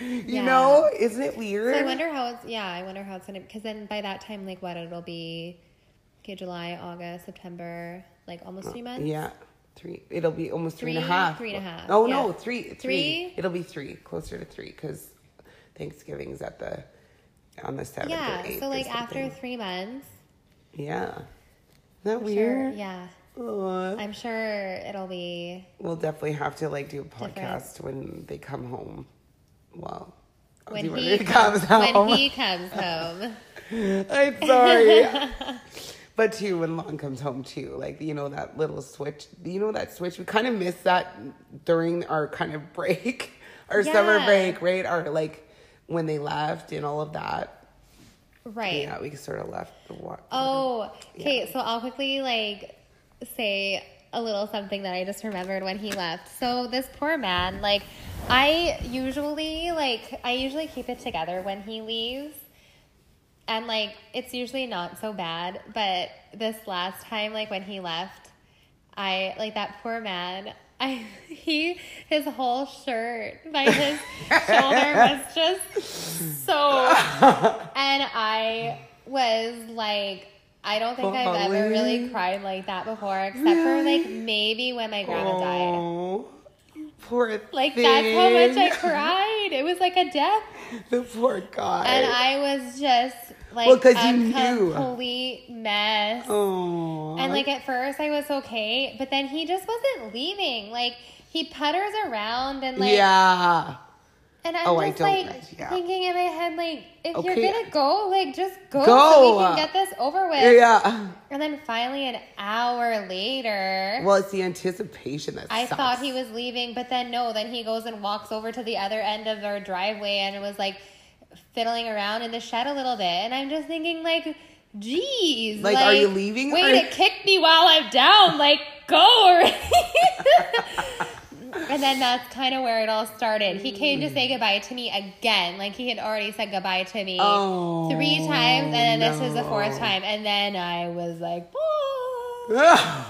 A: you
B: Yeah.
A: know, isn't it weird?
B: So I wonder how it's yeah, I wonder how it's gonna because then by that time like what it'll be okay, July, August, September, like almost three months.
A: Yeah. Three. It'll be almost three and a
B: Three-
A: half.
B: three and a half,
A: Oh
B: yeah.
A: no, three, three.
B: Three?
A: It'll be three, closer to three, because Thanksgiving's at the on the seventh.
B: Yeah.
A: or 8th
B: So
A: or
B: like after
A: something.
B: three months.
A: Yeah. Isn't that
B: Sure.
A: weird?
B: Yeah.
A: Aw.
B: I'm sure it'll be
A: we'll definitely have to like do a
B: Different.
A: podcast when they come home. Well, I'll
B: when
A: do it
B: he
A: it
B: comes,
A: home.
B: when he comes home.
A: I'm sorry. but too, when Lon comes home too, like you know that little switch, you know that switch. We kind of miss that during our kind of break, our summer
B: Yeah.
A: break, right? Our like when they left and all of that.
B: Right.
A: Yeah, we sort of left the wa-
B: Oh, okay. So I'll quickly like say a little something that I just remembered when he left. So this poor man, like I usually like I usually keep it together when he leaves. And like it's usually not so bad, but this last time like when he left, I like that poor man. I he his whole shirt by his shoulder was just so and I was like, I don't think I've
A: Bawling.
B: ever really cried like that before, except for
A: Really?
B: like maybe when my grandma died.
A: Oh, poor
B: Like that's how much I
A: thing.
B: cried. It was like a death,
A: The poor guy.
B: and I was just like
A: Well, 'cause
B: a
A: you knew.
B: complete mess.
A: Oh.
B: And like at first I was okay, but then he just wasn't leaving. Like he putters around and like
A: yeah.
B: And I'm
A: Oh, I
B: just
A: don't-
B: like
A: yeah.
B: thinking in my head, like, if
A: Okay.
B: you're gonna go, like, just go, so
A: Go.
B: we can get this over with.
A: Yeah.
B: And then finally, an hour later,
A: Well, it's the anticipation that
B: I
A: sucks.
B: thought he was leaving, but then no, then he goes and walks over to the other end of our driveway and was like fiddling around in the shed a little bit. And I'm just thinking, like, geez,
A: Like, are you leaving
B: Way
A: or-
B: to kick me while I'm down. Like, go already. and then that's kind of where it all started. He came to
A: Mm.
B: say goodbye to me again. Like he had already said goodbye to me
A: Oh,
B: three times, and then this was the fourth
A: no.
B: time. And then I was like, "Bye."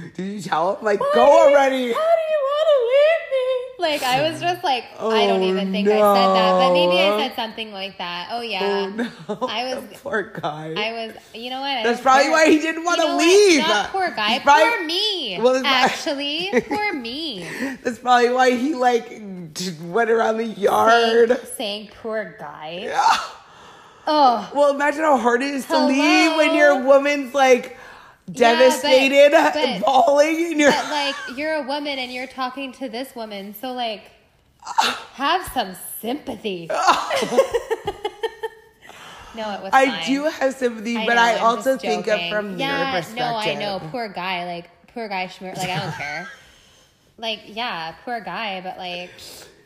A: Did you tell him? Like, go already.
B: How do you want to leave me? Like I was just like, I don't
A: Oh,
B: even think I said that, but maybe
A: no.
B: I said something like that. Oh yeah,
A: Oh, no.
B: I
A: The
B: was,
A: poor guy.
B: I was. You know what? I
A: That's
B: don't
A: probably
B: care.
A: why he didn't want
B: You
A: to
B: know what?
A: leave.
B: Not poor guy,
A: He's probably-
B: poor me.
A: Well, it's not-
B: actually, poor me.
A: That's probably why he like t- went around the yard.
B: Saying, saying poor guy.
A: Yeah.
B: Oh,
A: Well, imagine how hard it is to leave when
B: Hello?
A: your woman's like devastated,
B: but-
A: bawling, and you're
B: but like you're a woman and you're talking to this woman, so like have some sympathy. no, it was.
A: I
B: fine.
A: do have sympathy, but
B: know,
A: I
B: I'm
A: also
B: just
A: think
B: joking.
A: of from
B: yeah,
A: your perspective.
B: No, I know. Poor guy. Like, poor guy Schmer. Like, I don't care. Like, yeah, poor guy, but like,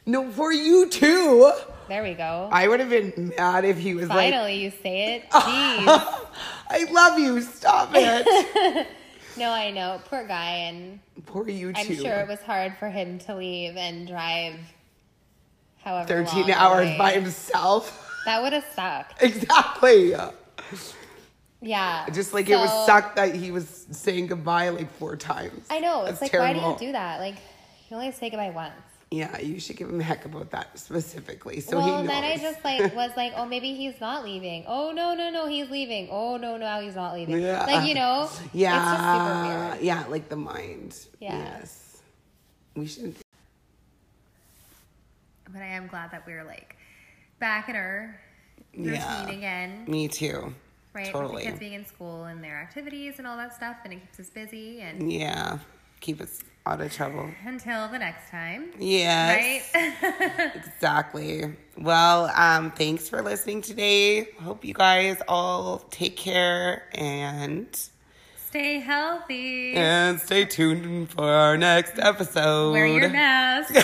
A: No, for you too.
B: there we go.
A: I would have been mad if he was like,
B: Finally, you say it. Jeez.
A: I love you, stop it.
B: no, I know. Poor guy. And
A: poor you too.
B: I'm sure it was hard for him to leave and drive however
A: 13
B: long
A: hours
B: away.
A: by himself.
B: That would have sucked.
A: exactly.
B: Yeah.
A: Just like it
B: So-
A: was sucked that he was saying goodbye like four times.
B: I know. It's
A: That's
B: like, why
A: terrible.
B: do you do that? Like, you only say goodbye once.
A: Yeah, you should give him heck about that specifically. So he
B: well,
A: knows.
B: then I just like was like, oh, maybe he's not leaving. Oh no, no, no, he's leaving. Oh no, no, he's not leaving.
A: Yeah.
B: Like you know,
A: yeah,
B: it's just super weird.
A: yeah, like the mind.
B: Yeah.
A: Yes, we should.
B: But I am glad that we're like back in our routine
A: Yeah.
B: again,
A: Me too.
B: right? With
A: Totally.
B: the kids being in school and their activities and all that stuff, and it keeps us busy. And
A: Yeah, keep us out of trouble.
B: until the next time,
A: Yes.
B: right?
A: Exactly. Well, um, thanks for listening today. Hope you guys all take care and
B: Stay healthy.
A: and stay tuned for our next episode.
B: Wear your mask.